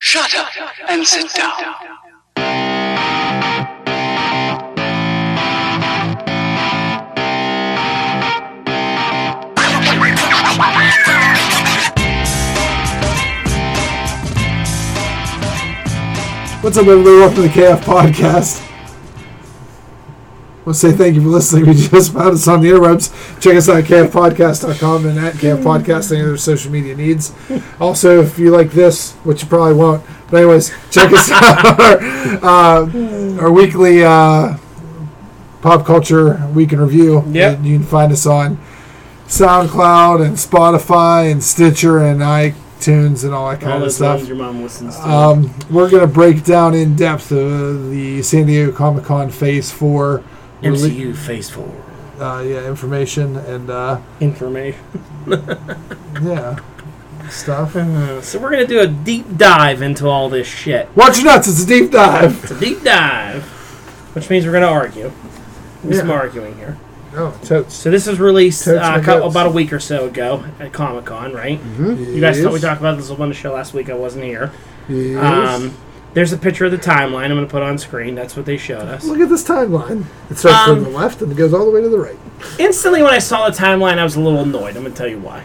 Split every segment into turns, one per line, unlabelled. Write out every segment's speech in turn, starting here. Shut up and sit down.
What's up, everybody? Welcome to the KF Podcast. I want to say thank you for listening. We just found us on the interwebs. Check us out at kfpodcast.com and at kfpodcast and other social media needs. Also, if you like this, which you probably won't, but anyways, check us out our, uh, our weekly uh, pop culture week in review.
Yep.
And You can find us on SoundCloud and Spotify and Stitcher and iTunes and all that kind
All
of
those
stuff.
ones your mom listens to.
Um, we're going to break down in depth uh, the San Diego Comic Con Phase 4 rele-
MCU Phase Four
uh, yeah, information and uh,
information.
yeah, stuff.
Uh, so we're gonna do a deep dive into all this shit.
Watch your nuts, it's a deep dive.
It's a deep dive, which means we're gonna argue. There's some
Yeah.
arguing here.
Oh, totes.
So this was released
Totes
uh,
my Mm-hmm.
a couple,
goats.
about a week or so ago at Comic Con, right? You guys thought we
Yes.
talked about this on the show last week. I wasn't here.
Yes.
Um, there's a picture of the timeline. I'm gonna put on screen. That's what they showed us.
Look at this timeline. It starts from
Um,
the left and it goes all the way to the right.
Instantly, when I saw the timeline, I was a little annoyed. I'm gonna tell you why.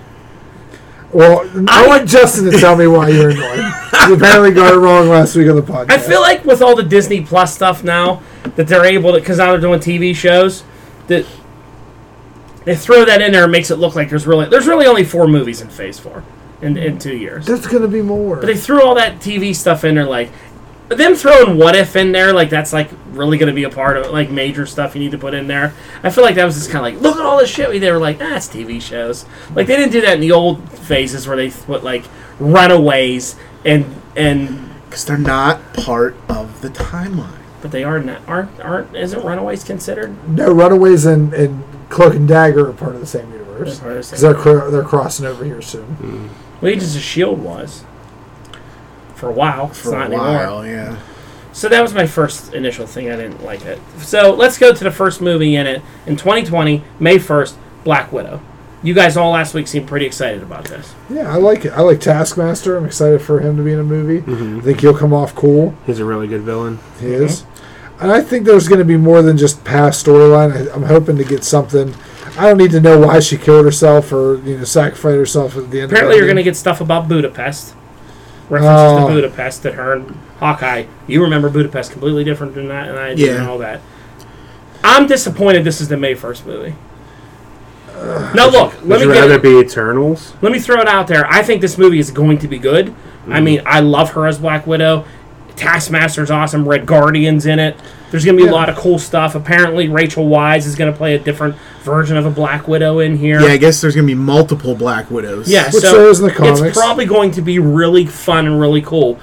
Well, I, want Justin to tell me why you're annoyed. you apparently got it wrong last week on the podcast.
I feel like with all the Disney Plus stuff now that they're able to, because now they're doing TV shows, that they throw that in there and makes it look like there's really there's really only four movies in Phase Four in in two years.
there's going to be more.
But they threw all that TV stuff in there, like them throwing What If in there, like that's like really going to be a part of like major stuff you need to put in there. I feel like that was just kind of like look at all this shit. we- They were like, ah, it's TV shows. Like they didn't do that in the old phases where they put like Runaways and and
Because they're not part of the timeline.
But they are not aren't aren't isn't Runaways considered?
no, Runaways and, and Cloak and Dagger are part of the same universe.
Part of the same-
Because they're, cro- they're crossing over here soon.
Legions of Shield was for a while. It's
For
not
a
anymore.
while, yeah.
So that was my first initial thing. I didn't like it. So let's go to the first movie in it in 2020, May 1st, Black Widow. You guys all last week seemed pretty excited about this.
Yeah, I like it. I like Taskmaster. I'm excited for him to be in a movie. I think he'll come off cool.
Mm-hmm. He's a really good villain.
He is. And I think there's going to be more than just past storyline. I, I'm hoping to get something. I don't need to know why she killed herself or you know sacrificed herself at the end.
Apparently,
of
you're going to
to.
get stuff about Budapest. References
Oh.
to Budapest that her and Hawkeye. You remember Budapest completely different than that, and I did
Yeah.
and all that. I'm disappointed. This is the May first movie. now look,
Would
let me
you
get-
rather be Eternals?
let me throw it out there. I think this movie is going to be good.
Mm-hmm.
I mean, I love her as Black Widow. Taskmaster's awesome. Red Guardian's in it. There's going to be
Yeah.
a lot of cool stuff. Apparently, Rachel Wise is going to play a different version of a Black Widow in here.
Yeah, I guess there's going to be multiple Black Widows.
Yeah,
Which
so
there is in the comics.
it's probably going to be really fun and really cool.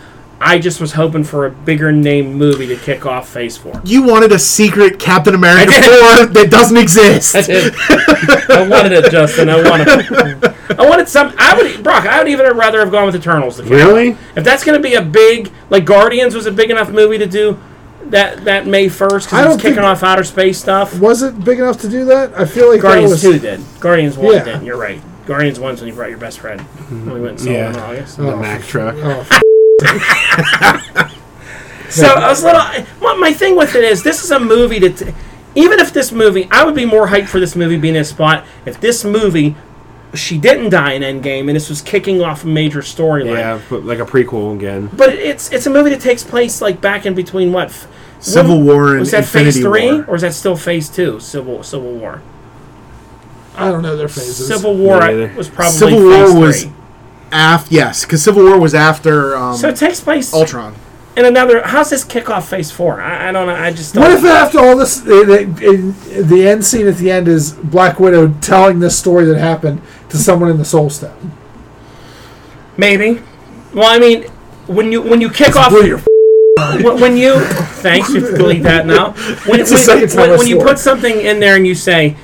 I just was hoping for a bigger name movie to kick off Phase Four.
You wanted a secret Captain America
I
4 that doesn't exist.
That's it. I wanted it, Justin. I wanted. It. I wanted some. I would, Brock. I would even rather have gone with Eternals. to kick
Really?
If that's going to be a big, like Guardians was a big enough movie to do that that May first
I
because it's
don't
kicking
think-
off outer space stuff.
Was it big enough to do that? I feel like
Guardians
that
two
was.
did. Guardians one
Yeah.
did. You're right. Guardians one's when you brought your best friend. When we went and saw
Yeah.
it in August.
Oh,
The Mack truck.
Oh,
So I was a little. My, my thing with it is this is a movie that, even if this movie, I would be more hyped for this movie being in a spot if this movie. She didn't die in Endgame, and this was kicking off a major storyline.
Yeah, but like a prequel again.
But it's it's a movie that takes place like back in between what f-
Civil
when-
War and
was that
Infinity
phase three
War.
or is that still phase two? Civil Civil War.
I don't know their phases.
Civil War
Me neither.
was probably
Civil War
phase
was-
three.
Af- yes, because Civil War was after um,
So it takes place
Ultron.
in another. How's this kick off phase four? I, I don't know. I just don't.
What if after all this, they, they, in, the end scene at the end is Black Widow telling this story that happened to someone in the Soul Stone?
maybe? Well, I mean, when you when you kick off
Blew your f-
when, when you thanks you have to delete that now when,
the
when-
second time
when-
I
when you
swore.
put something in there and you say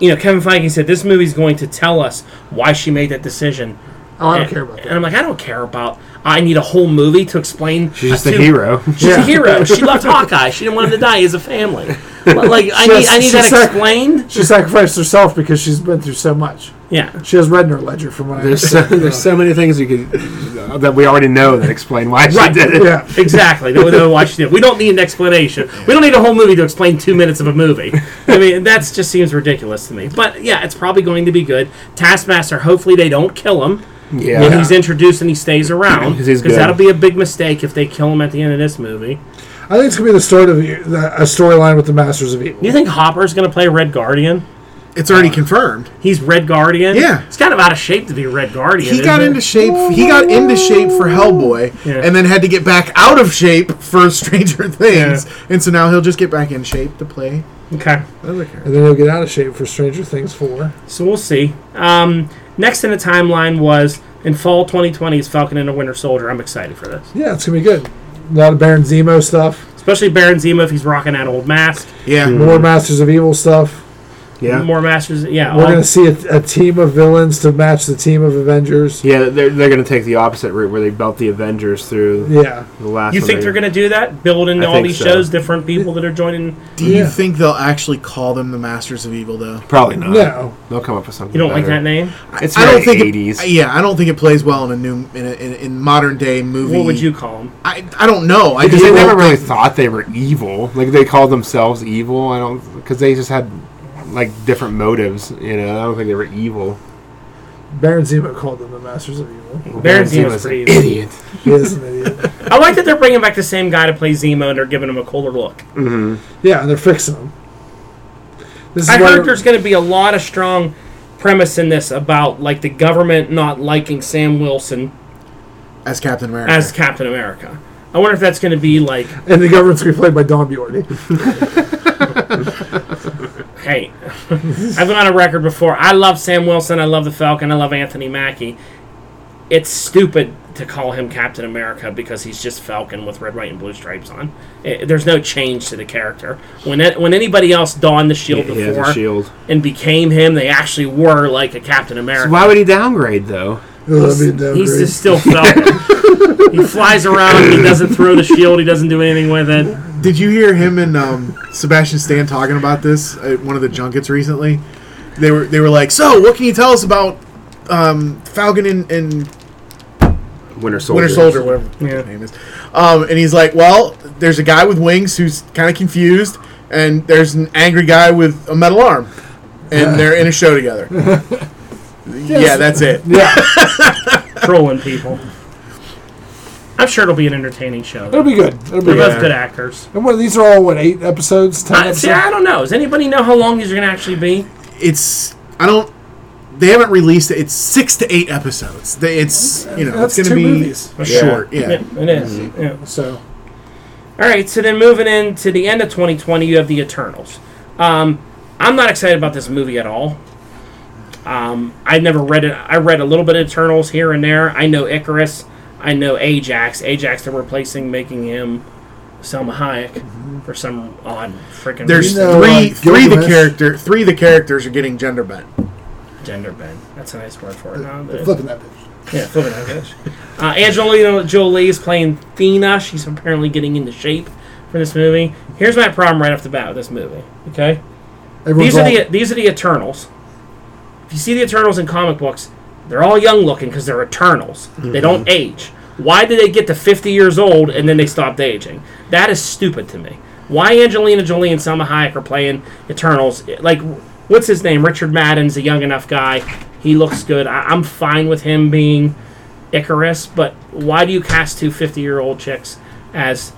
you know kevin feige said this movie's going to tell us why she made that decision
Oh, I don't
and,
care about that.
and i'm like i don't care about i need a whole movie to explain
She's just
a
a
two-
hero.
she's
Yeah.
a hero she loved hawkeye she didn't want him to die as a family like I
She
need,
has-
I need
she
that
said-
explained.
She sacrificed herself because she's been through so much.
Yeah,
She has read in her ledger from what I
There's so, there's so many things you could that we already know that explain why she
Right.
did it.
Yeah.
exactly. That we know why she did. We don't need an explanation. We don't need a whole movie to explain two minutes of a movie. I mean, that just seems ridiculous to me. But yeah, it's probably going to be good. Taskmaster. Hopefully, they don't kill him.
Yeah.
When he's introduced and he stays around,
'Cause he's
because
good.
that'll be a big mistake if they kill him at the end of this movie.
I think it's gonna be the start of the- the- a storyline with the Masters of Evil.
Do you think Hopper's going to play Red Guardian?
It's already confirmed.
He's Red Guardian.
Yeah.
he's kind of out of shape to be Red Guardian.
He
isn't
got
it?
into shape. He got into shape for Hellboy,
Yeah.
and then had to get back out of shape for Stranger Things, and so now he'll just get back in shape to play
okay.
other characters.
And then he'll get out of shape for Stranger Things four.
So we'll see. Um, next in the timeline was in fall 2020 is Falcon and the Winter Soldier. I'm excited for this,
Yeah, it's gonna be good. A lot of Baron Zemo stuff.
especially Baron Zemo if he's rocking that old mask.
Yeah,
More Masters of Evil stuff.
Hmm. yeah.
More Masters, yeah.
We're
all-
gonna see a, a team of villains to match the team of Avengers.
Yeah, they're, they're going to take the opposite route where they belt the Avengers through
Yeah.
the last.
you
one
think
they-
they're going to do that? Build into
I
all
think
these
so.
shows, different people that are joining.
Do you
Yeah.
think they'll actually call them the Masters of Evil though?
Probably not.
No.
They'll come up with something.
You don't like
better.
that name?
It's
I don't
very
think
80s.
It, yeah, I don't think it plays well in a new in, a, in, in modern day movie.
What would you call him?
I, I don't know. I
Because they
do-
never really thought they were evil. Like they called themselves evil. I don't because they just had like different motives. You know, I don't think they were evil.
Baron Zemo called them the Masters of Evil.
Baron Zemo's
an
pretty evil.
idiot.
He is an idiot.
I like that they're bringing back the same guy to play Zemo and they're giving him a colder look.
Yeah, and they're fixing him. This is
I
why-
heard there's going to be a lot of strong premise in this about like the government not liking Sam Wilson
as Captain America.
as Captain America. I wonder if that's going to be like,
and the government's gonna be played by Don Bjordy.
hey, I've gone on record before. I love Sam Wilson. I love the Falcon. I love Anthony Mackie. It's stupid to call him Captain America because he's just Falcon with red, white, and blue stripes on. Eh, there's no change to the character. When that, when anybody else donned the shield
He has
before
a shield.
and became him, they actually were like a Captain America.
Why would he downgrade though?
It'll be a downgrade.
He's just still Falcon. he flies around. He doesn't throw the shield. He doesn't do anything with it.
Did you hear him and um, Sebastian Stan talking about this at one of the junkets recently? They were they were like, so what can you tell us about um, Falcon and, and
Winter Soldier.
Winter Soldier, whatever the
Yeah.
his name is? Um, and he's like, well, there's a guy with wings who's kind of confused, and there's an angry guy with a metal arm, and they're in a show together. yeah, that's it.
yeah,
Trolling people. I'm sure it'll be an entertaining show.
it'll be good. It'll be
They're
good.
both good actors.
And what, these are all what eight episodes? Ten
I,
episodes?
see, I don't know. Does anybody know how long these are going to actually be?
It's I don't. They haven't released it. It's six to eight episodes. They, it's you know
That's
it's
two
going to be
movies.
short.
Yeah,
yeah.
it is. Yeah.
So
All right, so then moving into the end of 2020, you have the Eternals. Um, I'm not excited about this movie at all. Um, I never read it. I read a little bit of Eternals here and there. I know Icarus. I know Ajax. Ajax they're replacing, making him Selma Hayek for some odd freaking
There's
You know,
three
uh,
three of the
Gilgamesh?
character three of the characters are getting gender bent.
gender bend. That's a nice word for it. No, it is.
flipping that bitch.
Yeah, flipping out, guys. Uh, Angelina Jolie is playing Thena. She's apparently getting into shape for this movie. Here's my problem right off the bat with this movie. Okay.
Everyone's
These are
all-
the these are the Eternals. If you see the Eternals in comic books, they're all young looking because they're Eternals. They don't age. Why do they get to 50 years old and then they stopped aging? That is stupid to me. Why Angelina Jolie and Selma Hayek are playing Eternals? Like, what's his name? Richard Madden's a young enough guy. He looks good. I, I'm fine with him being Icarus, but why do you cast two 50 year old chicks as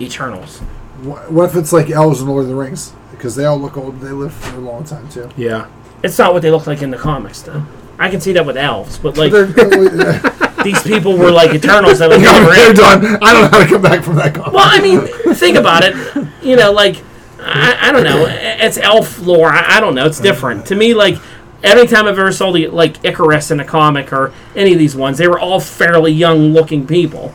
Eternals?
Wha- What if it's like elves in Lord of the Rings? Because they all look old. and They live for a long time too.
Yeah.
It's not what they look like in the comics, though. I can see that with elves, but like.
They're, they're
these people were like eternals that would never end.
done. I don't know how to come back from that comment.
Well, I mean, think about it. You know, like I, I don't know. It's elf lore. I, I don't know. It's different to me. Like every time I've ever saw the like Icarus in a comic or any of these ones, they were all fairly young looking people.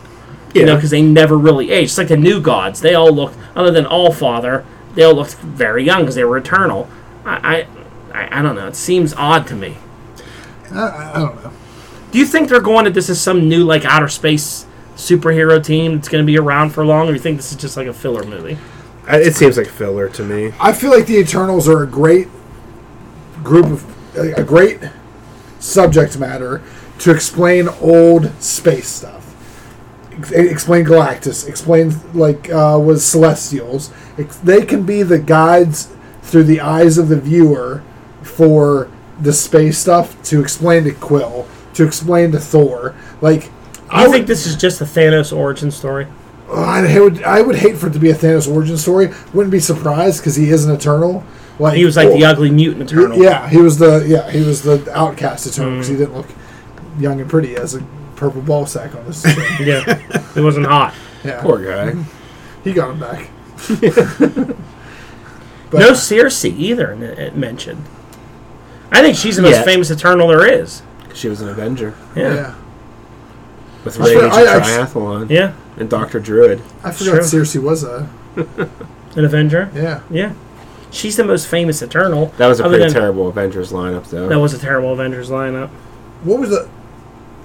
You know, because they never really aged. It's like the new gods. They all looked, other than All Father, they all looked very young because they were eternal. I, I, I, I don't know. It seems odd to me.
I, I don't know.
Do you think they're going that this is some new like outer space superhero team that's going to be around for long, or you think this is just like a filler movie?
I- It seems like filler to me.
I feel like the Eternals are a great group of a a great subject matter to explain old space stuff. Ex- Explain Galactus. Explain like uh, was Celestials. Ex- They can be the guides through the eyes of the viewer for the space stuff to explain to Quill, to explain to Thor. Like
I think this is just the Thanos origin story.
I would I would hate for it to be a Thanos origin story. Wouldn't be surprised because he is an Eternal. Like
He was like the ugly mutant Eternal.
Yeah, he was the yeah he was the outcast Eternal
Mm.
because he didn't look young and pretty as a purple ball sack on this. thing.
yeah. It wasn't hot.
yeah,
Poor guy.
he got him back. but,
No Circe either n- it mentioned. I think she's the most
Yeah.
famous Eternal there is.
She was an Avenger
Yeah. Yeah.
yeah,
with
I
Rage
forgot- I- I-
and Triathlon and Doctor Druid.
I
It's
forgot
true.
Circe was a
An Avenger.
yeah.
Yeah. She's the most famous Eternal.
That was a
other
pretty
than-
terrible Avengers lineup, though.
That was a terrible Avengers lineup.
What was the?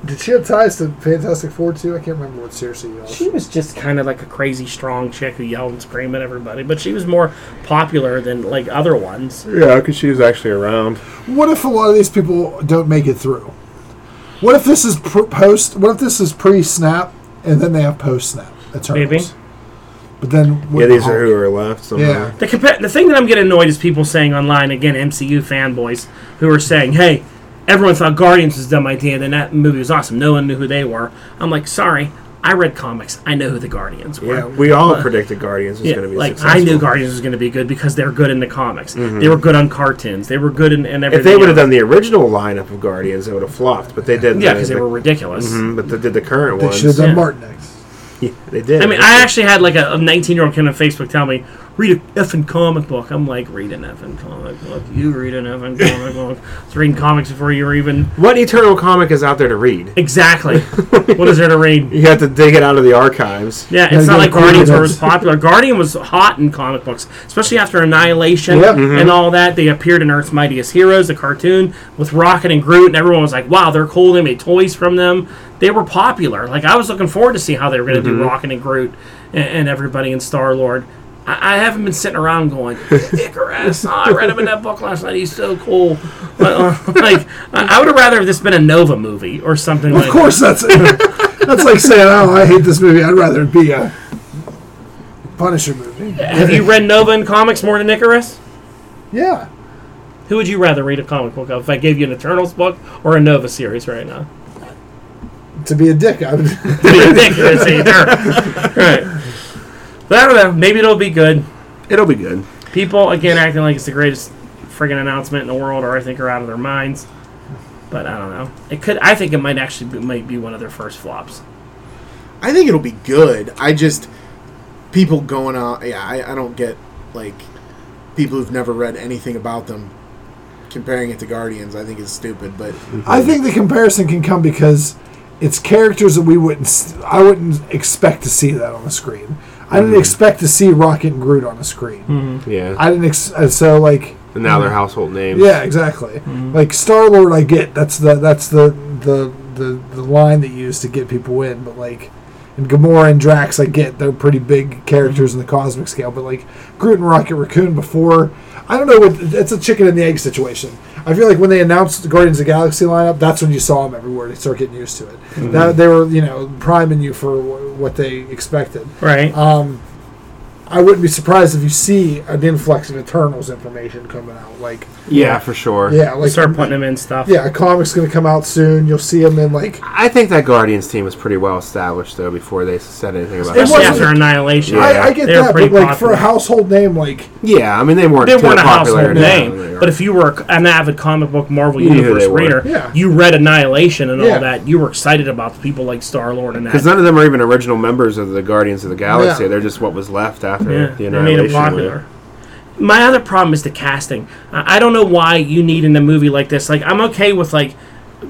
Did she have ties to Fantastic Four too? I can't remember what Circe was.
She was just kind of like a crazy strong chick who yelled and screamed at everybody, but she was more popular than like other ones.
yeah, because she was actually around.
What if a lot of these people don't make it through? What if this is pr- post? What if this is pre-snap and then they have post-snap Eternals?
Maybe.
But then
Yeah, these are who are left. Somewhere.
Yeah.
The compa- the thing that I'm getting annoyed is people saying online again MCU fanboys who are saying, "Hey, everyone thought Guardians was a dumb idea, then that movie was awesome. No one knew who they were." I'm like, "Sorry, I read comics. I know who the Guardians were."
Yeah, we all predicted Guardians was
Yeah,
going to be
like
successful. Mm-hmm.
I knew Guardians was going to be good because they're good in the comics. They were good on cartoons. They were good in, in everything.
If they would have
else.
done the original lineup of Guardians, it would have flopped. But they did.
yeah,
the-
because they
the-
were ridiculous.
Mhm, But they did the current
They
ones.
should have done
Yeah.
Martinex.
Yeah, they did.
I mean, I actually had like a 19 year old kid on Facebook tell me, read a effing comic book. I'm like, read an effing comic book. You read an effing comic book. I was reading comics before you were even.
what eternal comic is out there to read?
Exactly. what is there to read?
You have to dig it out of the archives.
Yeah,
Yeah,
it's not
you
like
gotta
Guardians
read
were
it.
as popular. Guardian was hot in comic books, especially after Annihilation
Yeah.
and all that. They appeared in Earth's Mightiest Heroes, the cartoon, with Rocket and Groot, and everyone was like, wow, they're cool. They made toys from them. They were popular. Like, I was looking forward to see how they were going to do Rocket and Groot and, and everybody in Star Lord. I, I haven't been sitting around going, Icarus, oh, I read him in that book last night. He's so cool. But, uh, like, I, I would have rather have this been a Nova movie or something like
Of course, that's that's like saying, "Oh, I hate this movie. I'd rather it be a Punisher movie."
Have you read Nova in comics more than Icarus?
Yeah,
Who would you rather read a comic book of? If I gave you an Eternals book or a Nova series right now?
to be a dick. I would,
Ridiculous either. right. But I don't know. Maybe it'll be good.
It'll be good.
People again acting like it's the greatest friggin' announcement in the world, or I think are out of their minds. But I don't know. It could. I think it might actually be, might be one of their first flops.
I think it'll be good. I just people going out. Yeah, I, I don't get like people who've never read anything about them comparing it to Guardians. I think is stupid. But
Hmm.
I think the comparison can come because it's characters that we wouldn't, s- I wouldn't expect to see that on the screen. I didn't expect to see Rocket and Groot on the screen.
Yeah.
I didn't. Ex- uh, so like,
and now they're household names.
yeah, exactly. Like Star Lord, I get that's the that's the the the the line that you use to get people in, but like. And Gamora and Drax, I get they're pretty big characters in the cosmic scale, but like Groot and Rocket Raccoon before, I don't know what it's a chicken and the egg situation. I feel like when they announced the Guardians of the Galaxy lineup, that's when you saw them everywhere. They start getting used to it. Now they were, you know, priming you for wh- what they expected.
Right.
Um, I wouldn't be surprised if you see an influx of Eternals information coming out. Like,
Yeah, for sure.
yeah, like
Start putting them in stuff.
yeah, a comic's gonna come out soon. You'll see them in like
I think that Guardians team was pretty well established though before they said anything about
It
it.
Especially
wasn't-
after Annihilation.
Yeah.
I, I get
They were
that, but like
pretty
for a
popular.
household name, like
Yeah, I mean they weren't.
they
to the
weren't a household
popularity
name,
level they are.
but if you were an avid comic book Marvel
You knew who
Universe
they were.
reader,
Yeah.
you read Annihilation and
Yeah.
all that. You were excited about the people like Star Lord and that.
Because none of them are even original members of the Guardians of the Galaxy.
Yeah.
They're just what was left after
yeah, they
the
made
Annihilation.
it popular. My other problem is the casting. I I don't know why you need in a movie like this. Like I'm okay with like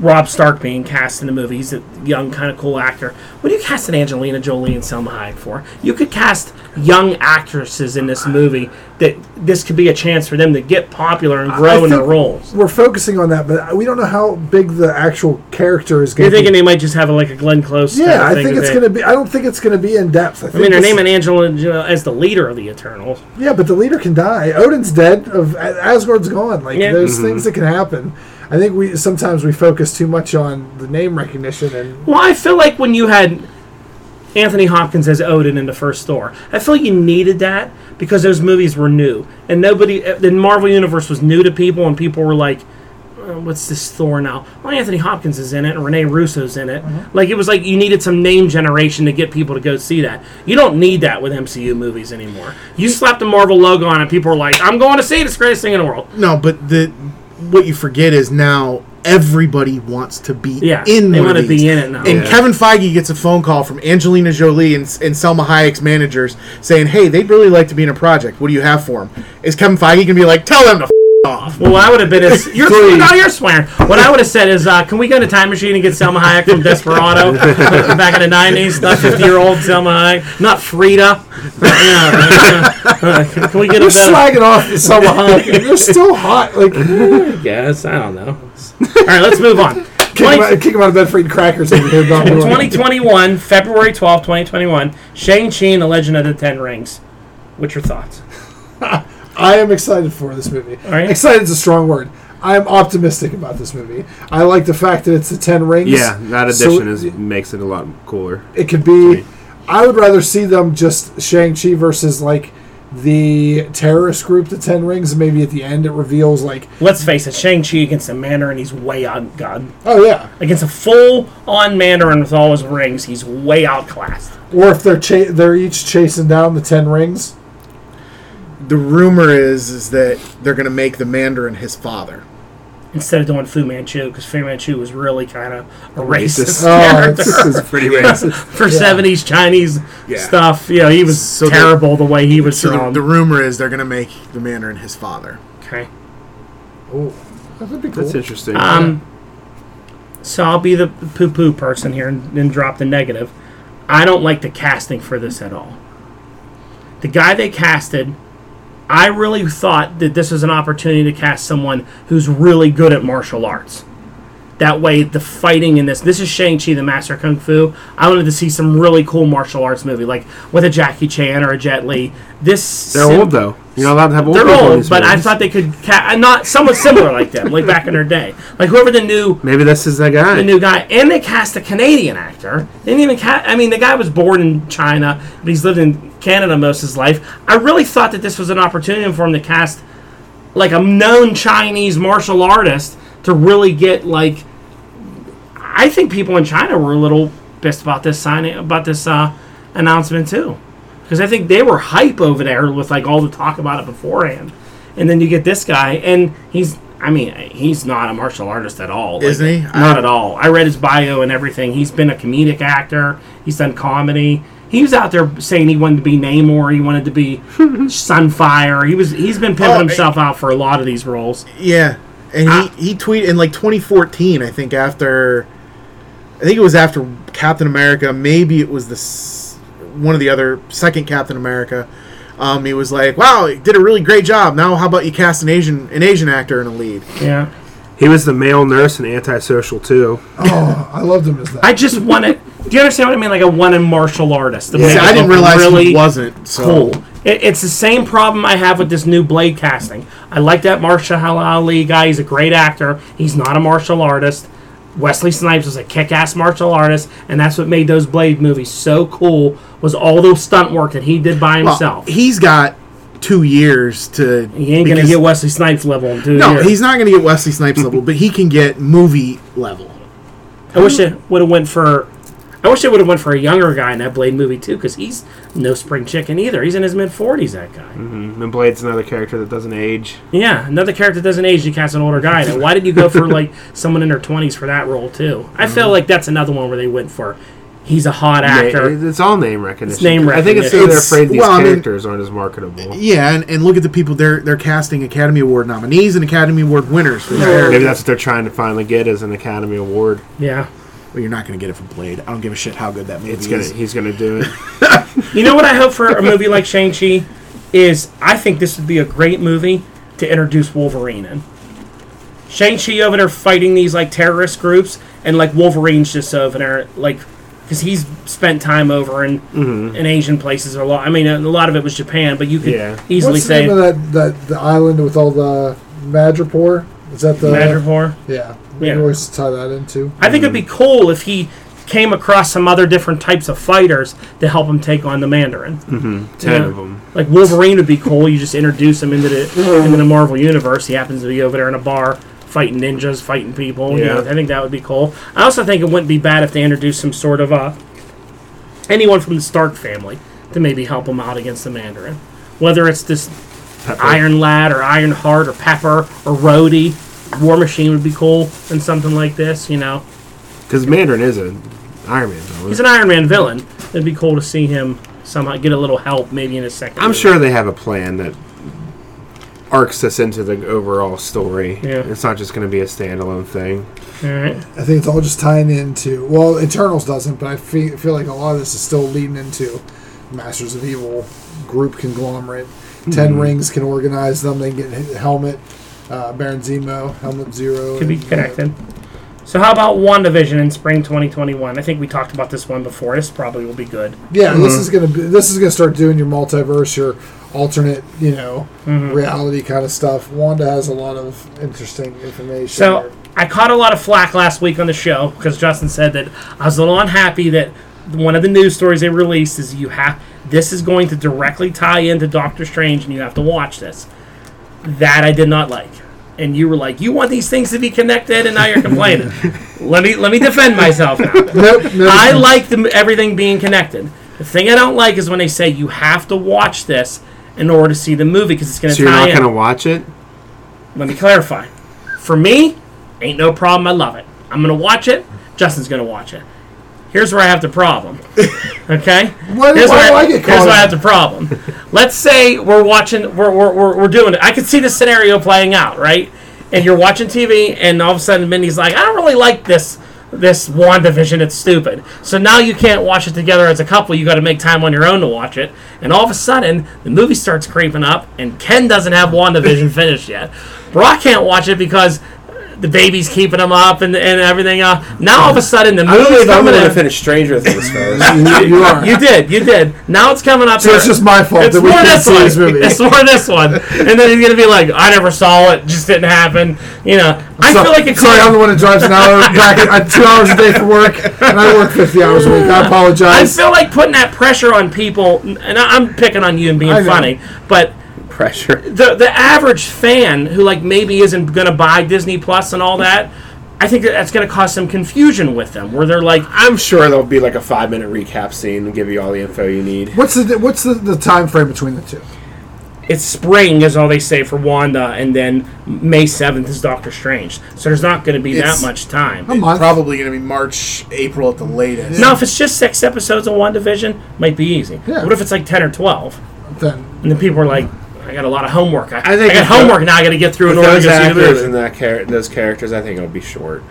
Rob Stark being cast in the movie. He's a young, kind of cool actor. What are you casting Angelina Jolie and Selma Hayek for? You could cast young actresses in this movie that this could be a chance for them to get popular and grow in their
think-
roles.
We're focusing on that, but we don't know how big the actual character is
You're
going to
thinking
be.
they might just have like a Glenn Close. type
Yeah, I
thing
think it's
they-
going to be. I don't think it's going to be in depth. I,
I
think
mean, they're
this-
naming Angelina Jo- as the leader of the Eternals.
Yeah, but the leader can die. Odin's dead. Of Asgard's gone. Like
Yeah.
there's
Mm-hmm.
things that can happen. I think we sometimes we focus too much on the name recognition and
Well, I feel like when you had Anthony Hopkins as Odin in the first Thor, I feel you needed that because those movies were new and nobody eh, the Marvel universe was new to people and people were like "Uh, What's this Thor now? Well, Anthony Hopkins is in it, and Rene Russo's in it.
Mm-hmm.
Like it was like you needed some name generation to get people to go see that. You don't need that with MCU movies anymore. You slap the Marvel logo on, and people are like, "I'm going to see it. It's the greatest thing in the world."
No, but the what you forget is now everybody wants to be
Yeah,
in
they
one
wanna
of these.
be in it now.
And
Yeah.
Kevin Feige gets a phone call from Angelina Jolie and, and Selma Hayek's managers saying, "Hey, they'd really like to be in a project. What do you have for them?" Is Kevin Feige gonna be like, "Tell them to f- off"?
Well, what I would have been is you're
Please.
no, you're swearing. What I would have said is, uh, can we go in a time machine and get Selma Hayek from Desperado back in the nineties? Not fifty year old Selma Hayek, not Frida. can we get a
you're
better?
slagging off Selma Hayek. You're still hot. Like
Yes, I don't know. All right, let's move on.
kick him, out, kick him out of bed for eating crackers over here. About me, like,
2021, February twelfth, 2021, Shang-Chi and the Legend of the Ten Rings. What's your thoughts?
I am excited for this movie.
right.
Excited is a strong word. I am optimistic about this movie. I like the fact that it's the Ten Rings.
Yeah, that
so
addition is
it-
makes it a lot cooler.
It could be. I would rather see them just Shang Chi versus like the terrorist group, the Ten Rings. and Maybe at the end it reveals like,
Let's face it, Shang-Chi against a Mandarin, he's way on God.
oh yeah,
Against a full-on Mandarin with all his rings, he's way outclassed.
or if they're cha- they're each chasing down the Ten Rings.
The rumor is is that they're gonna make the Mandarin his father.
instead of doing Fu Manchu because Fu Manchu was really kind of a racist
Racist.
character
This is pretty racist.
for seventies Chinese
Yeah.
stuff. You know, he was
So the-
terrible the, way he was
So
drawn.
the, the rumor is they're gonna make the Mandarin his father.
okay.
Oh, that would be cool.
That's interesting.
Um, so I'll be the poo poo person here and, and drop the negative. I don't like the casting for this at all. The guy they casted, I really thought that this was an opportunity to cast someone who's really good at martial arts. That way, the fighting in this. This is Shang Chi, the Master of Kung Fu. I wanted to see some really cool martial arts movie, like with a Jackie Chan or a Jet Li. This
they're
sim-
old though. You're not allowed to have old.
they're
people in
old,
these
but I
movies.
thought they could ca- not someone similar like them, like back in their day, like whoever the new
maybe this is that guy.
the new guy, and they cast a Canadian actor. They didn't even cast. I mean, the guy was born in China, but he's lived in Canada most of his life. I really thought that this was an opportunity for him to cast like a known Chinese martial artist to really get like. I think people in China were a little pissed about this signing, about this uh, announcement too, because I think they were hype over there with like all the talk about it beforehand, and then you get this guy, and he's. I mean, he's not a martial artist at all. Like,
Isn't he?
Not at all. I read his bio and everything. He's been a comedic actor. He's done comedy. He was out there saying he wanted to be Namor. He wanted to be Sunfire. He was. He's been pimping
Oh,
himself out for a lot of these roles.
Yeah, and
Ah.
he he tweeted in like 2014, I think after, I think it was after Captain America. Maybe it was the s- one of the other second Captain America. Um, he was like, "Wow, you did a really great job. Now, how about you cast an Asian an Asian actor in a lead?"
Yeah.
he was the male nurse and antisocial too.
Oh, I loved him as that.
I just want to. Do you understand what I mean? Like I want a martial artist. to make
See,
it
I didn't
look
realize
really
he wasn't. So.
cool. It, it's the same problem I have with this new Blade casting. I like that Marshall Ali guy. He's a great actor. He's not a martial artist. Wesley Snipes was a kick-ass martial artist, and that's what made those Blade movies so cool. Was all those stunt work that he did by
Well,
himself. he,
Uh, he's got two years to.
ain't gonna
because-
get Wesley Snipes level in two
No,
years.
he's not going to get Wesley Snipes level, but he can get movie level.
I wish it would have went for. I wish it would have went for a younger guy in that Blade movie too, because he's no spring chicken either. He's in his mid forties. That guy.
And Blade's another character that doesn't age.
Yeah, another character doesn't age. You cast an older guy. Now, why did you go for like someone in their twenties for that role too? I feel like that's another one where they went for he's a hot actor.
Yeah, it's all name recognition.
name
I think it's so
recognition.
they're afraid these
Well, I mean-
characters aren't as marketable.
Yeah, and, and look at the people they're they're casting Academy Award nominees and Academy Award winners for their
Maybe that's what they're trying to finally get as an Academy Award.
yeah.
Well, you're not going to get it from Blade. I don't give a shit how good that movie
It's gonna,
is.
he's gonna do it.
You know what I hope for a movie like Shang-Chi is I think this would be a great movie to introduce Wolverine in. Shang-Chi over there fighting these like terrorist groups and like Wolverine's just over there like because he's spent time over in in Asian places a lot. I mean, a lot of it was Japan, but you could
Yeah.
easily
What's the
say
name of that, that the island with all the madripoor? Is that the
Madripoor.
Yeah, we can
Yeah.
always tie that into.
I think it'd be cool if he came across some other different types of fighters to help him take on the Mandarin.
Ten
Yeah.
of them.
Like Wolverine would be cool. You just introduce him into the into the Marvel universe. He happens to be over there in a bar fighting ninjas, fighting people. You know,
Yeah.
I think that would be cool. I also think it wouldn't be bad if they introduced some sort of uh, anyone from the Stark family to maybe help him out against the Mandarin, whether it's this Iron Lad or Iron Heart or Pepper or Rhodey. War Machine would be cool and something like this. You know,
Because Mandarin is an Iron Man. Villain.
he's an Iron Man villain. It'd be cool to see him somehow get a little help, maybe in his second.
I'm
movie.
sure they have a plan that arcs us into the overall story.
Yeah.
It's not just going to be a standalone thing.
All right.
I think it's all just tying into. Well, Eternals doesn't, but I feel, feel like a lot of this is still leading into Masters of Evil group conglomerate.
Hmm.
Ten Rings can organize them. They can get Helmet, uh, Baron Zemo, Helmet Zero.
could be
and, uh,
connected. So how about WandaVision in spring 2021? I think we talked about this one before. This probably will be good.
Yeah, this is gonna be, this is gonna start doing your multiverse, your alternate, you know,
Mm-hmm.
reality kind of stuff. Wanda has a lot of interesting information.
So
there.
I caught a lot of flack last week on the show because Justin said that I was a little unhappy that one of the news stories they released is you have this is going to directly tie into Doctor Strange and you have to watch this. That I did not like. And you were like, you want these things to be connected, and now you're complaining. let me let me defend myself now.
Nope, no,
I like the, everything being connected. The thing I don't like is when they say you have to watch this in order to see the movie because it's going to
So you're
tie
not
in.
going to watch it?
Let me clarify. For me, ain't no problem. I love it. I'm going to watch it. Justin's going to watch it. Here's where I have the problem. Okay?
Why do-
here's where,
why do I get
here's
called
where I have
out?
the problem. Let's say we're watching, we're, we're, we're, we're doing it. I could see the scenario playing out, right? And you're watching TV, and all of a sudden Mindy's like, I don't really like this this WandaVision. It's stupid. So now you can't watch it together as a couple. You got to make time on your own to watch it. And all of a sudden, the movie starts creeping up, and Ken doesn't have WandaVision finished yet. Brock can't watch it because the baby's keeping him up and, and everything else. Now all of a sudden, the movie's
I'm
coming
going to
in.
finish Stranger Things first.
you, you are.
You did, you did. Now it's coming up.
So it's
here.
just my fault
It's
that we
more
can't
this
see
one.
this movie.
It's more this one. And then he's gonna be like, "I never saw it. Just didn't happen." You know, I
So-
feel like it's
sorry, I'm the one that drives an hour back, uh, two hours a day for work, and I work 50 hours a week. I
I
apologize.
feel like putting that pressure on people, and I- I'm picking on you and being
I know.
funny, but
Pressure.
the the average fan who like maybe isn't gonna buy Disney Plus and all that, I think that that's gonna cause some confusion with them, where they're like,
I'm sure there'll be like a five minute recap scene and give you all the info you need.
What's the what's the, the time frame between the two?
it's spring is all they say for Wanda, and then May seventh is Doctor Strange. So there's not going to be
It's-
that much time.
A month.
Probably going to be March, April at the latest.
Now, if it's just six episodes of WandaVision, might be easy.
Yeah.
What if it's like ten or twelve,
Then
and then people are like, "I got a lot of homework. I,
think
I got
if
homework
the-
now. I got to get through in order to
Those
go see the
actors
movie."
and that char- those characters, I think it'll be short.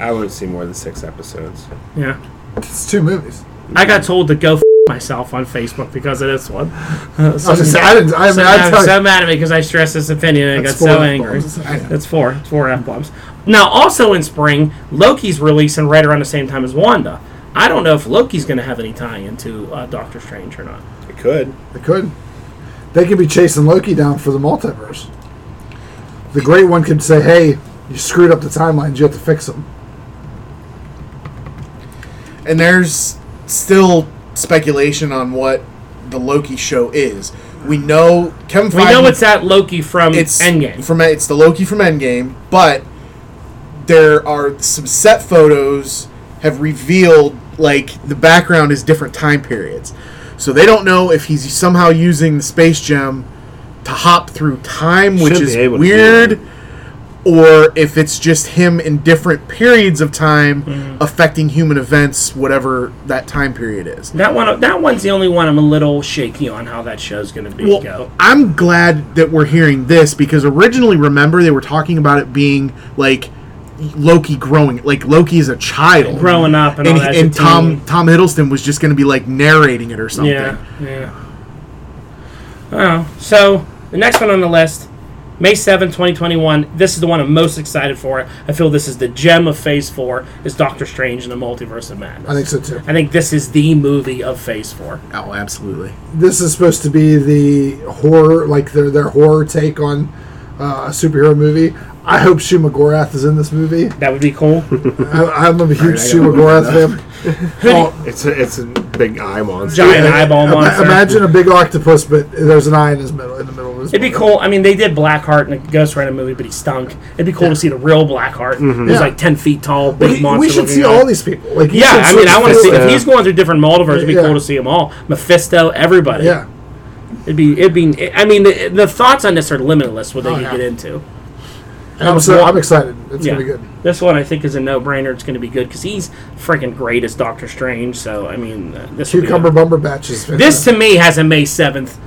I wouldn't see more than six episodes.
Yeah.
it's two movies.
I got told to go f- myself on Facebook because of this one.
I was gonna say I didn't. I mean,
So,
I
I
tell
was
you,
so mad at me because I stressed this opinion and I got
That's
so
four
angry.
F-bombs. I know.
That's four. It's four F bombs. Now, also in spring, Loki's releasing right around the same time as Wanda. I don't know if Loki's going to have any tie into uh, Doctor Strange or not.
It could.
they could. They could be chasing Loki down for the multiverse. The great one could say, "Hey, you screwed up the timelines. You have to fix them."
and there's still speculation on what the Loki show is. We know Kevin
We
Feige-
know it's that Loki from
it's
Endgame.
from it's the Loki from Endgame, but there are some set photos have revealed like the background is different time periods. So they don't know if he's somehow using the space gem to hop through time, which
Should be
is
able to do
weird.
that.
or if it's just him in different periods of time
Mm-hmm.
affecting human events, whatever that time period is.
That one, that one's the only one I'm a little shaky on how that show's going to be go.
I'm glad that we're hearing this because originally, remember, they were talking about it being like Loki growing, like Loki is a child
Growing up and,
and,
all that.
he-
as a
and Tom
teen.
Tom Hiddleston was just going to be like narrating it or something.
Yeah, yeah. Oh, so the next one on the list, May seventh, 2021. This is the one I'm most excited for. I feel this is the gem of Phase 4 is Doctor Strange and the Multiverse of Madness.
I think so too.
I think this is the movie of Phase 4.
Oh, absolutely.
This is supposed to be the horror, like their their horror take on uh, a superhero movie. I hope Shuma Gorath is in this movie.
That would be cool.
I, I'm a huge
I
Shuma Gorath fan.
Oh, it's a it's a big eye monster.
Giant eyeball
Ima-
monster.
Imagine a big octopus, but there's an eye in his middle. In the middle of his
It'd be cool. I mean, they did Blackheart in a Ghost Rider movie, but he stunk. It'd be cool to see the real Blackheart. He's
Mm-hmm. Yeah.
like ten feet tall, big
We,
monster.
we should
looking
see
guy.
all these people. Like, you
Yeah,
should
I mean, I want to see
Mephisto.
if he's going through different multiverses. It'd be
uh, Yeah.
cool to see them all. Mephisto, everybody.
Yeah,
It'd be, it'd be. I mean, the, the thoughts on this are limitless. What they
Oh,
could
yeah.
get into.
I'm, so, I'm excited. It's
Yeah.
gonna be good.
This one I think is a no-brainer. It's going to be good because he's freaking great as Doctor Strange. So I mean, uh, this will be
Cucumber
good.
bumper batch is fantastic.
This to me has a May seventh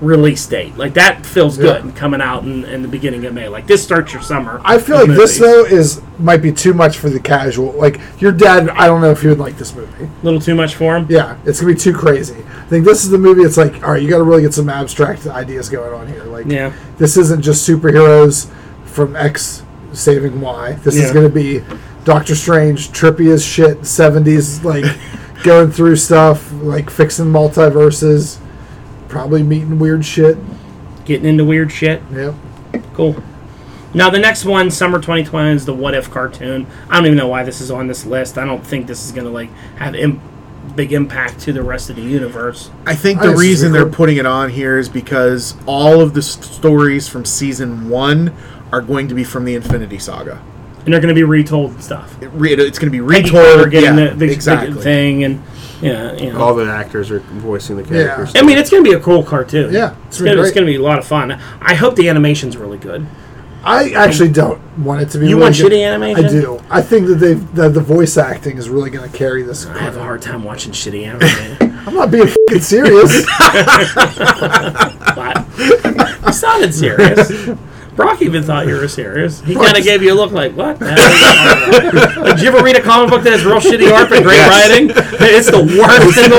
release date. Like that feels
Yeah.
good coming out in, in the beginning of May. Like this starts your summer.
I feel like
with
this
movies.
though is might be too much for the casual. Like your dad, I don't know if he would like this movie.
a little too much for him.
Yeah, it's gonna be too crazy. I think this is the movie. It's like, all right, you got to really get some abstract ideas going on here. Like,
Yeah.
this isn't just superheroes from X saving Y. This is
Yeah.
gonna be Doctor Strange, trippy as shit, seventies like going through stuff, like fixing multiverses, probably meeting weird shit.
Getting into weird shit.
Yep.
Cool. Now the next one, summer 2020, is the What If cartoon. I don't even know why this is on this list. I don't think this is gonna like have Im- big impact to the rest of the universe.
I think
I
the
just-
reason they're putting it on here is because all of the s- stories from season one are going to be from the Infinity Saga.
And they're gonna be retold and stuff.
It re- it's going to be
Peggy Carter
retold.
getting
yeah,
the, the, the
exactly.
thing and yeah, you know.
All the actors are voicing the characters.
I mean, it's gonna be a cool cartoon.
Yeah,
it's,
it's
gonna,
gonna be
it's
great.
gonna be a lot of fun. I hope the animation's really good.
I actually don't want it to be.
You
really
want
good.
shitty animation?
I do. I think that they that the voice acting is really going to carry this.
I have a hard time watching shitty animation.
I'm not being fucking serious.
but you sounded serious. Brock even thought you were serious. He kind of gave you a look like, "What?" the hell are you talking about?" like, did you ever read a comic book that has real shitty art but great writing? It's the worst in the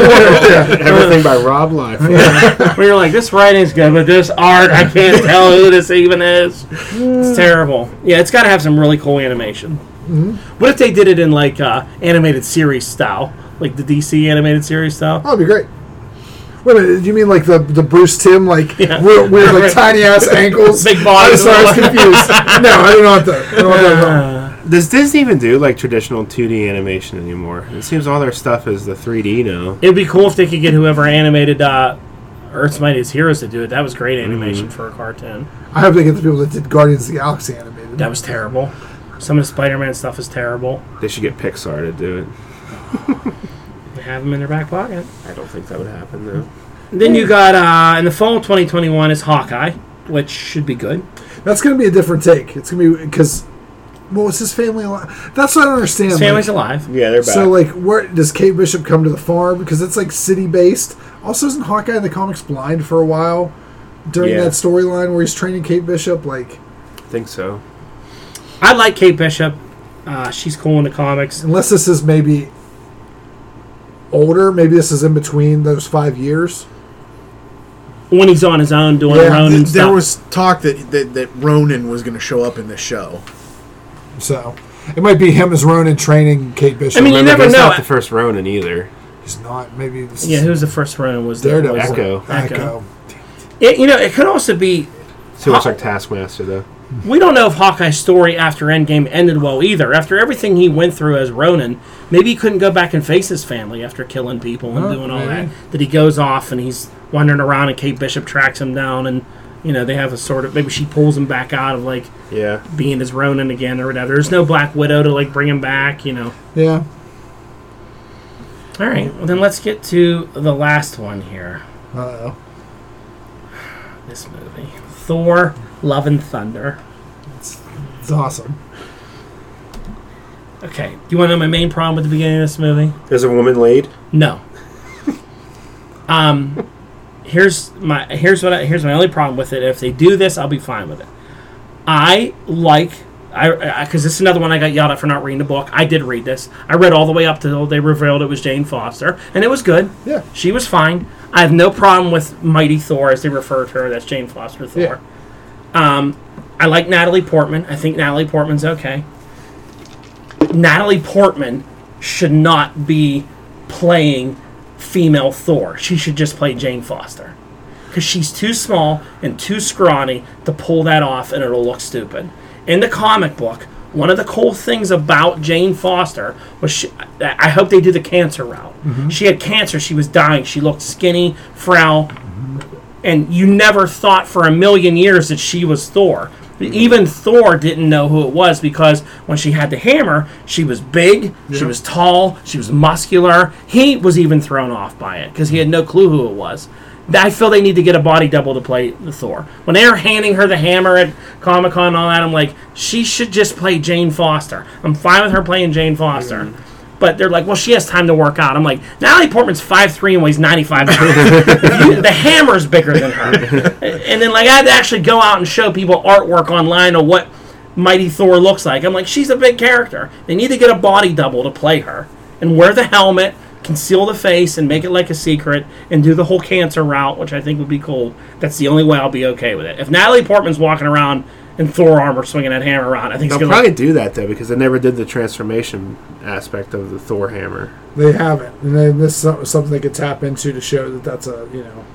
world.
Everything by Rob Liefeld.
Where you're like, "This writing's good, but this art, I can't tell who this even is." It's terrible. Yeah, it's got to have some really cool animation. What if they did it in like uh, animated series style, like the DC animated series style?
That'd be great. Wait a minute. You mean like the the Bruce Tim like weird, weird like tiny ass ankles,
Big
I
bodies.
was, I was confused. No, I don't want that. I don't want that at all.
Does Disney even do like traditional 2D animation anymore? It seems all their stuff is the 3D now.
It'd be cool if they could get whoever animated uh, Earth's Mightiest Heroes to do it. That was great animation for a cartoon.
I hope they get the people that did Guardians of the Galaxy animated.
That was terrible. Some of the Spider-Man stuff is terrible.
They should get Pixar to do it.
They have them in their back pocket.
I don't think that would happen though.
Hmm.
Then you got uh, in the fall of 2021 is Hawkeye, which should be good.
That's gonna be a different take. It's gonna be because what was his family alive? That's what I don't understand.
His
like-
family's alive.
Yeah, they're back.
So like, where does Kate Bishop come to the farm? Because it's like city based. Also, isn't Hawkeye in the comics blind for a while during
Yeah.
that storyline where he's training Kate Bishop? Like,
I think so.
I like Kate Bishop. Uh, she's cool in the comics.
unless this is maybe older, maybe this is in between those five years.
When he's on his own doing
Yeah,
her own
Th-
and
There
stuff.
was talk that, that, that Ronan was going to show up in the show.
So it might be him as Ronan training Kate Bishop.
I mean, you
Remember,
never
that's
know.
not the first Ronin either.
he's not. Maybe this
yeah,
is
who's the first runner? Was there? Was
Daredevil.
it-
Echo.
Echo.
Echo. It, you know, it could also be
So much like Taskmaster though.
We don't know if Hawkeye's story after Endgame ended well either. After everything he went through as Ronan, maybe he couldn't go back and face his family after killing people and
Oh,
doing all
maybe.
that. That he goes off and he's wandering around, and Kate Bishop tracks him down, and you know they have a sort of maybe she pulls him back out of like
Yeah.
being as Ronan again or whatever. There's no Black Widow to like bring him back, you know.
Yeah.
All right, well then let's get to the last one here.
Uh-oh.
This movie, Thor: Love and Thunder.
It's awesome.
Okay. Do you want to know my main problem with the beginning of this movie?
There's a woman lead.
No. um, here's my here's what I, here's my only problem with it. If they do this, I'll be fine with it. I like I because this is another one I got yelled at for not reading the book. I did read this. I read all the way up till they revealed it was Jane Foster, and it was good.
Yeah.
she was fine. I have no problem with Mighty Thor as they refer to her. That's Jane Foster Thor. Um, I like Natalie Portman. I think Natalie Portman's okay. Natalie Portman should not be playing female Thor. She should just play Jane Foster. Because she's too small and too scrawny to pull that off and it'll look stupid. In the comic book, one of the cool things about Jane Foster was she, I I hope they do the cancer route. She had cancer, she was dying, she looked skinny, frail, and you never thought for a million years that she was Thor. Even Thor didn't know who it was because when she had the hammer, she was big, she was tall, she was muscular. He was even thrown off by it because he had no clue who it was. I feel they need to get a body double to play the Thor. When they are handing her the hammer at Comic Con and all that, I'm like, she should just play Jane Foster. I'm fine with her playing Jane Foster. But they're like, well, she has time to work out. I'm like, Natalie Portman's 5'3 and weighs 95 pounds. You- the hammer's bigger than her. and then, like, I had to actually go out and show people artwork online of what Mighty Thor looks like. I'm like, she's a big character. They need to get a body double to play her and wear the helmet, conceal the face, and make it like a secret, and do the whole cancer route, which I think would be cool. That's the only way I'll be okay with it. If Natalie Portman's walking around in Thor armor swinging that hammer around, I think it's
They'll
going
probably do that though because they never did the transformation aspect of the Thor hammer.
They haven't, and then this is some- something they could tap into to show that that's a you know,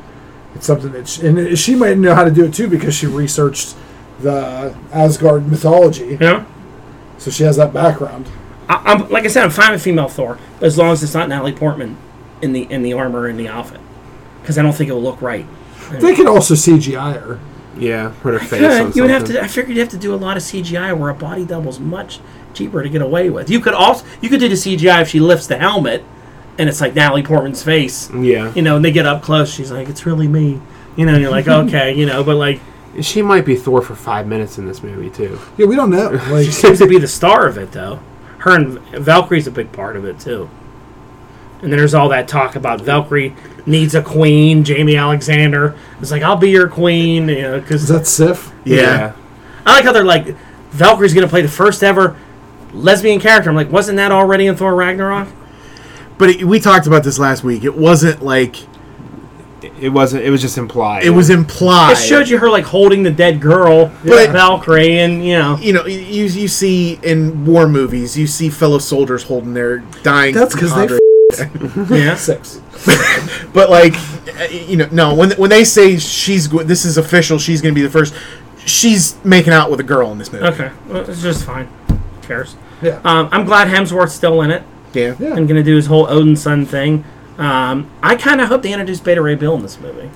it's something that she, and she might know how to do it too because she researched the Asgard mythology,
You know?
so she has that background.
I, I'm like I said, I'm fine with female Thor as long as it's not Natalie Portman in the in the armor and the outfit, because I don't think it'll look right.
They could also CGI her.
Yeah, put her face. on
Could, you would have
something.
to. I figured you'd have to do a lot of CGI where a body double's much cheaper to get away with. You could also you could do the CGI if she lifts the helmet, and it's like Natalie Portman's face.
Yeah,
You know, and they get up close. She's like, "It's really me." You know, and you're like, "Okay," you know, but like
she might be Thor for five minutes in this movie too.
Yeah, we don't know. Like,
she seems to be the star of it though. Her and Valkyrie's a big part of it too. And then there's all that talk about Valkyrie needs a queen. Jamie Alexander is like, "I'll be your queen," you know, because
is that Sif?
Yeah.
I like how they're like, Valkyrie's gonna play the first ever lesbian character. I'm like, wasn't that already in Thor Ragnarok?
But it, we talked about this last week. It wasn't like
it wasn't. It was just implied.
it was implied.
It showed you her like holding the dead girl,
But-
Valkyrie, and you know,
you know, you you see in war movies, you see fellow soldiers holding their dying.
That's because they
comrades.
yeah.
six.
But like, uh, you know, no. When when they say she's go- this is official, she's going to be the first. She's making out with a girl in this movie.
Okay, well, it's just fine. Who cares?
Yeah.
Um, I'm glad Hemsworth's still in it
Yeah.
Yeah.
and gonna do his whole Odin son thing. Um, I kind of hope they introduce Beta Ray Bill in this movie.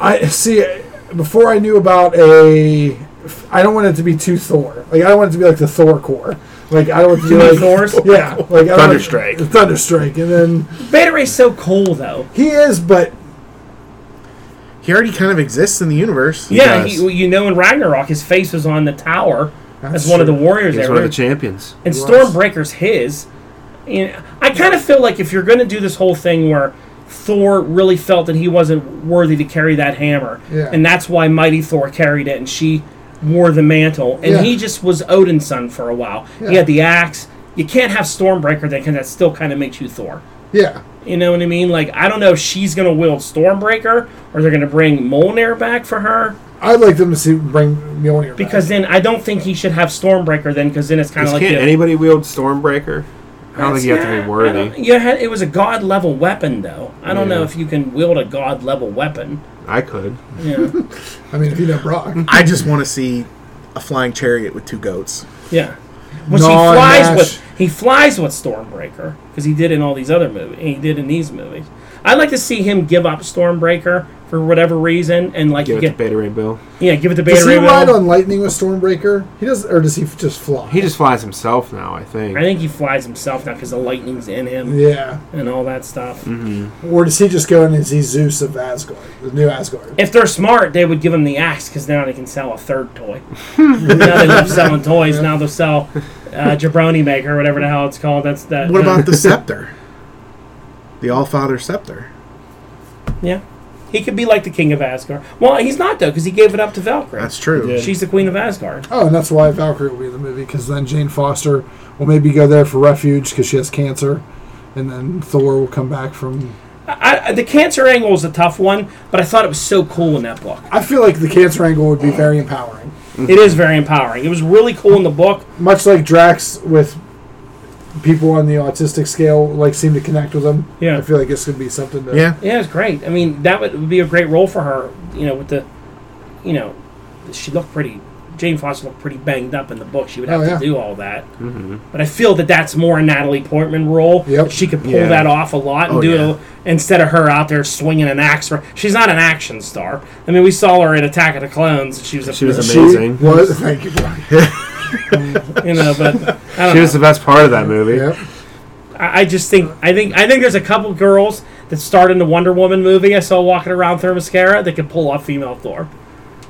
I see. Before I knew about a, I don't want it to be too Thor. Like I don't want it to be like the Thor core. Like I don't want it to be like
Thors?
Yeah, like I don't want-
Thunderstrike.
Thunderstrike, and then
Beta Ray's so cool though.
he is, but
He already kind of exists in the universe.
yeah,
does.
he, well, you know, in Ragnarok, his face was on the tower as one of the
true.
warriors.
He's
there.
one of the champions.
and
was.
Stormbreaker's his. You know, I kind of feel like if you're going to do this whole thing where Thor really felt that he wasn't worthy to carry that hammer,
Yeah.
and that's why Mighty Thor carried it, and she wore the mantle, and
Yeah.
he just was Odin's son for a while. He
Yeah.
had the axe. You can't have Stormbreaker then, because that still kind of makes you Thor.
yeah,
You know what I mean? Like I don't know if she's going to wield Stormbreaker, or they're going to bring Mjolnir back for her.
I'd like them to see bring Mjolnir back.
Because then I don't think he should have Stormbreaker then, because then it's kind
Can't
of like the-
anybody wield Stormbreaker? I don't think you have to
Yeah,
be
I don't-
worthy.
You had, it was a god level weapon, though. I don't know
Yeah.
if you can wield a god level weapon.
I could.
Yeah,
I mean, if you know Brock,
I just want to see a flying chariot with two goats.
yeah. Which he
No,
flies
Nash.
with. He flies with Stormbreaker because he did in all these other movies. He did in these movies. I'd like to see him give up Stormbreaker for whatever reason, and like
Give
get,
it to Beta Ray Bill.
yeah, give it to Beta
Does he
Ray Bill.
ride on lightning with Stormbreaker? He does, or does he f- just fly?
He just flies himself now, I think.
I think he flies himself now because the lightning's in him
yeah.
and all that stuff.
Or does he just go in as he's Zeus of Asgard, the new Asgard?
If they're smart, they would give him the axe because now they can sell a third toy. now they love selling toys. Now they'll sell uh, Jabroni Maker, whatever the hell it's called. That's that.
What about the scepter? The All Father scepter.
Yeah, he could be like the king of Asgard. Well, he's not though because he gave it up to Valkyrie.
That's true.
Yeah.
She's the queen of Asgard.
Oh, and that's why Valkyrie will be in the movie because then Jane Foster will maybe go there for refuge because she has cancer, and then Thor will come back from.
I, I- the cancer angle is a tough one, but I thought it was so cool in that book.
I feel like the cancer angle would be very empowering,
Mm-hmm.
It is very empowering. It was really cool in the book.
much like Drax with people on the autistic scale like seem to connect with him.
Yeah.
I feel like this could be something. To,
Yeah.
Yeah, it's great. I mean, that would be a great role for her. You know, with the, you know, she looked pretty. Jane Foster looked pretty banged up in the book. She would have
Oh, yeah.
to do all that. Mm-hmm. But I feel that that's more a Natalie Portman role.
Yep.
She could pull
Yeah.
that off a lot and
Oh,
do
yeah.
it a- instead of her out there swinging an axe. ar- She's not an action star. I mean, we saw her in Attack of the Clones. She was a
She was
She
Amazing.
was. Thank you. Brian.
you know, but I don't
She
know.
was the best part of that movie.
Yep.
I I just think I think I think there's a couple girls that starred in the Wonder Woman movie I saw walking around through mascara that could pull off female Thor.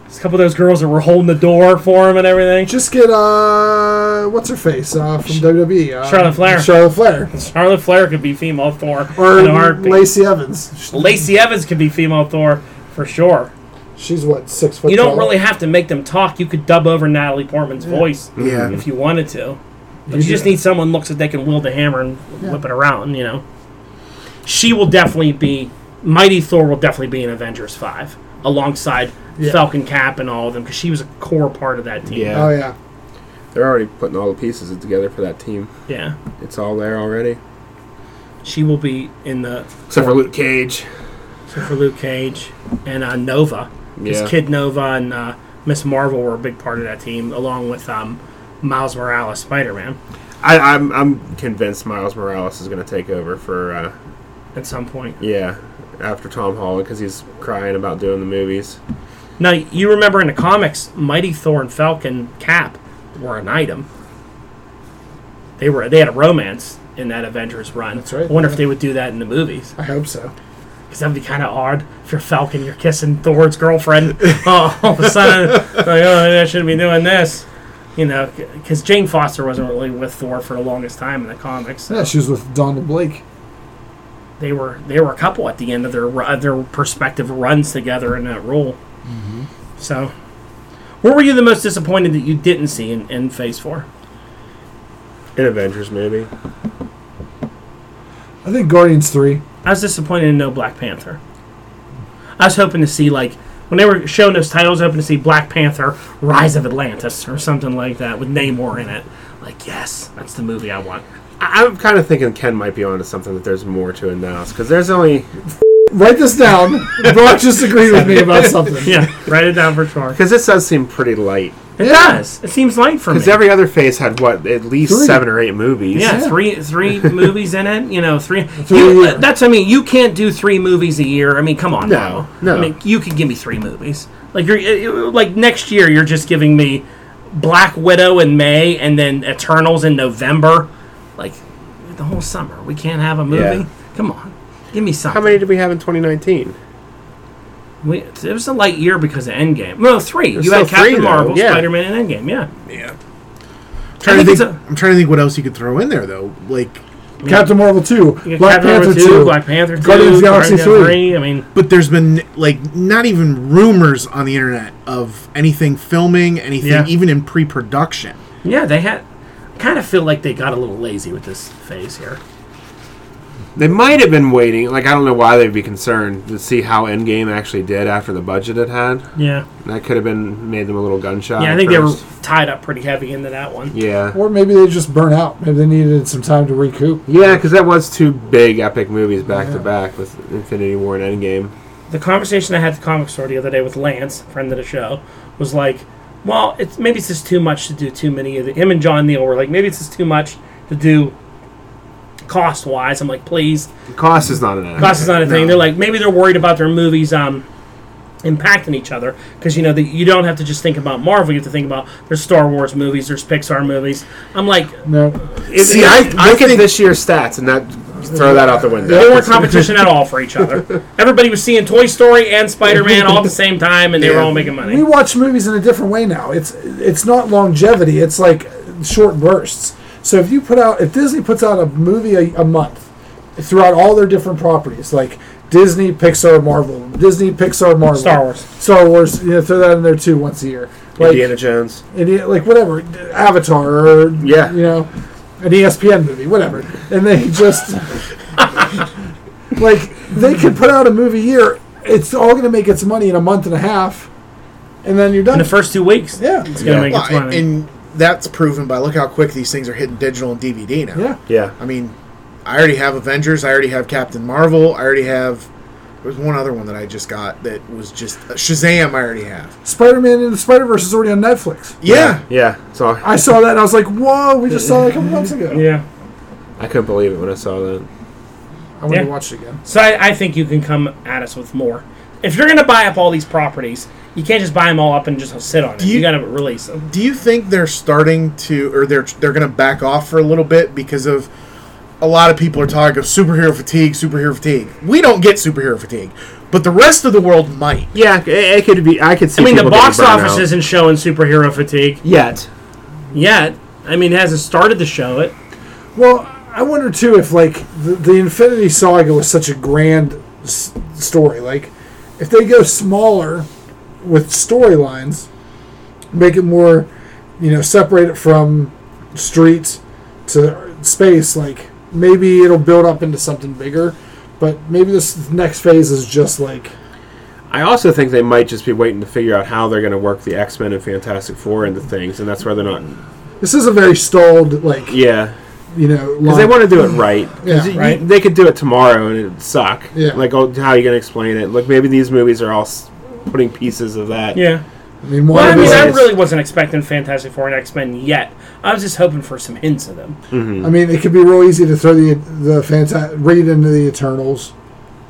There's a couple of those girls that were holding the door for him and everything.
Just get uh, what's her face uh, from WWE? Uh,
Charlotte Flair.
Charlotte Flair.
Charlotte Flair could be female Thor
Or
in a heartbeat.
Lacey Evans.
Lacey Evans could be female Thor for sure.
She's what six foot.
You don't
tall?
really have to make them talk. You could dub over Natalie Portman's voice
Yeah.
if you wanted to. But you,
do.
just need someone looks that they can wield the hammer and whip it around, you know. She will definitely be Mighty Thor will definitely be in Avengers 5 alongside
Yeah.
Falcon Cap and all of them cuz she was a core part of that team.
Yeah.
Oh yeah.
They're already putting all the pieces together for that team.
Yeah.
It's all there already.
She will be in the
Except for Luke Cage.
so for Luke Cage and uh, Nova. 'Cause
Yeah.
Kid Nova and uh, Miss Marvel were a big part of that team along with um, Miles Morales Spider-Man
I, I'm I'm convinced Miles Morales is going to take over for uh,
at some point.
yeah after Tom Holland because he's crying about doing the movies.
Now you remember in the comics, Mighty Thor and Falcon Cap were an item. They were they had a romance in that Avengers run. That's
right,
I wonder
yeah.
if they would do that in the movies
I hope so.
because that'd be kind of odd if you're Falcon, you're kissing Thor's girlfriend. oh, all of a sudden, like oh, maybe I shouldn't be doing this. You know, because Jane Foster wasn't really with Thor for the longest time in the comics.
Yeah, she was with Donald Blake.
They were they were a couple at the end of their ru- of their prospective runs together in that role.
Mm-hmm.
So, where were you the most disappointed that you didn't see in, in Phase Four?
An Avengers movie.
I think Guardians three.
I was disappointed in no Black Panther. I was hoping to see like when they were showing those titles, I was hoping to see Black Panther: Rise of Atlantis or something like that with Namor in it. Like, yes, that's the movie I want.
I, I'm kind of thinking Ken might be onto something that there's more to announce because there's only
Write this down. Brock just agreed with me about something.
Yeah, write it down for sure.
because this does seem pretty light
It does. It seems light for me.
because every other phase had what at least
Three.
seven or eight movies.
Yeah,
Yeah.
three three movies in it. You know, three.
Three
you-
a year.
that's I mean, you can't do three movies a year. I mean, come on.
No,
now.
no.
I mean, you could give me three movies. Like you're uh, uh, like next year, you're just giving me Black Widow in May and then Eternals in November. Like the whole summer, we can't have a movie.
Yeah.
Come on, give me something.
How many did we have in 2019?
We, it was a light year because of Endgame. No, three.
There's
You had
still three,
Captain
though.
Marvel,
Yeah.
Spider Man, and Endgame. Yeah.
Trying
I think
to think,
it's
I'm trying to think what else you could throw in there though. Like,
Captain Marvel two.
You got
Black
Captain
Panther
Marvel
two.
Black Panther two,
Guardians of the Galaxy
Guardians
three.
I mean,
but there's been like not even rumors on the internet of anything filming, anything
Yeah.
even in pre-production.
Yeah, they had. Kind of feel like they got a little lazy with this phase here.
They might have been waiting. Like I don't know why they'd be concerned to see how Endgame actually did after the budget it had.
Yeah,
That could have been made them a little gunshot.
yeah. I
at
think they were
first.
tied up pretty heavy into that one.
Yeah.
Or maybe they just burn out. Maybe they needed some time to recoup.
Yeah, because that was two big epic movies back to back with Infinity War and Endgame.
The conversation I had at the comic store the other day with Lance, friend of the show, was like, "Well, it's maybe it's just too much to do too many of the." Him and John Neal were like, "Maybe it's just too much to do cost wise. I'm like, please,
Cost is not an issue.
cost is not a thing.
No.
They're like, maybe they're worried about their movies um, impacting each other because you know that you don't have to just think about Marvel. You have to think about there's Star Wars movies, there's Pixar movies. I'm like,
No.
it-
See,
it-
I,
there
I think this year's stats and that throw that out the window.
weren't competition at all for each other. Everybody was seeing Toy Story and Spider Man all at the same time, and they were all making money.
We watch movies in a different way now. It's it's not longevity. It's like short bursts. So if you put out if Disney puts out a movie a, a month throughout all their different properties, like Disney, Pixar, Marvel, Disney, Pixar, Marvel,
Star Wars.
Star Wars, you know, throw that in there too once a year. Like,
Indiana Jones.
Indi- like whatever, Avatar or
Yeah.
you know, an E ESPN movie, whatever, and they just like they could put out a movie a year. It's all going to make its money in a month and a half, and then you're
In
done.
the first two weeks,
yeah,
it's gonna make its
Well,
money.
and that's proven by look how quick these things are hitting digital and DVD now.
yeah.
Yeah.
I mean, I already have Avengers. I already have Captain Marvel. I already have. There was one other one that I just got that was just uh, Shazam. I already have.
Spider-Man and the Spider-Verse is already on Netflix.
Yeah.
Yeah. So
I saw that and I was like, "Whoa!" We just saw that a couple months ago.
yeah.
I couldn't believe it when I saw that.
I want
Yeah.
to watch it again.
So I, I think you can come at us with more. If you're gonna buy up all these properties, you can't just buy them all up and just sit on it. You,
you-
gotta release them.
Do you think they're starting to, or they're they're going to back off for a little bit because of a lot of people are talking of superhero fatigue, superhero fatigue. We don't get superhero fatigue, but the rest of the world might.
Yeah, it, it could be. I could see.
I mean, the
people
box
getting burnt
office
out.
isn't showing superhero fatigue
yet.
yet. I mean, it hasn't started to show it.
Well, I wonder too if like the, the Infinity Saga was such a grand s- story. Like, if they go smaller with storylines, make it more, you know, separate it from street to space. Like, maybe it'll build up into something bigger. But maybe this next phase is just like
I also think they might just be waiting to figure out how they're going to work the X Men and Fantastic Four into things, and that's where they're not.
this is a very stalled like
Yeah,
you know
because they want to do it right. 'Cause
Yeah,
you-
right.
They could do it tomorrow and it'd suck.
Yeah.
Like, oh, how are you going to explain it? Look, maybe these movies are all s- putting pieces of that.
Yeah.
I mean, one
Well, I
of
mean,
it
I
is-
really wasn't expecting Fantastic Four and X Men yet. I was just hoping for some hints of them.
I mean, it could be real easy to throw the the Fanta read into the Eternals.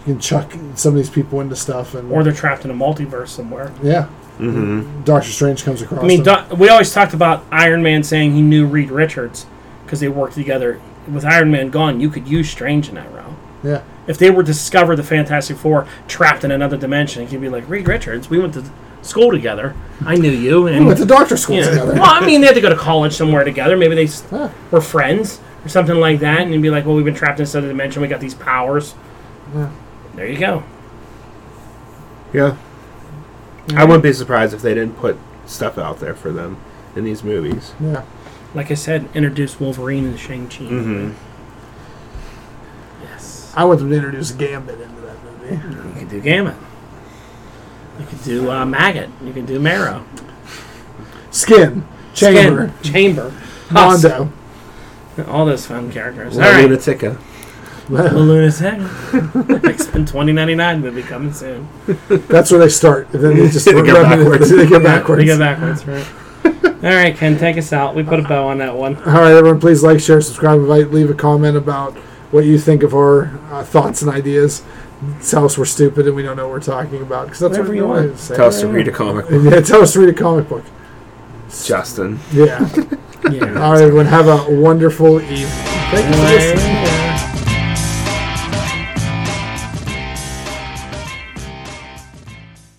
You can chuck some of these people into stuff, and
Or they're trapped in a multiverse somewhere.
yeah,
Mm-hmm.
Doctor Strange comes across.
I mean,
them.
Do- we always talked about Iron Man saying he knew Reed Richards because they worked together. With Iron Man gone, you could use Strange in that role.
yeah,
If they were to discover the Fantastic Four trapped in another dimension, it could be like Reed Richards. We went to school together. I knew you, and
we went to doctor school
Yeah.
together.
Well, I mean, they had to go to college somewhere together. Maybe they s
Yeah.
were friends or something like that, and you'd be like, "Well, we've been trapped in this other dimension. We got these powers." There you go.
Yeah. I wouldn't be surprised if they didn't put stuff out there for them in these movies.
Yeah,
Like I said, introduce Wolverine and Shang Chi. Yes,
I want them to introduce Gambit into that movie.
you could do Gamma. You could do uh, Maggot. You could do Marrow.
Skin, Chamber,
Skin, Chamber. Husk.
Mondo.
All those fun characters.
La
All right.
Lunatica.
The Lunatic. X Men 2099 movie coming soon.
That's where they start. And then they just
They go
rub it in-
backwards.
They go
Or
backwards.
to go backwards, right? All right, Ken, take us out. We put a bow on that one.
All right, everyone, please like, share, subscribe, invite, leave a comment about what you think of our uh, thoughts and ideas. Tell us we're stupid and we don't know what we're talking about because that's
Whatever
what
you
you
want.
want to say.
Tell us to read a comic book.
Yeah, tell us to read a comic book.
Justin.
Yeah.
Yeah.
All right, everyone. Have a wonderful evening. Thank you for listening.
Later.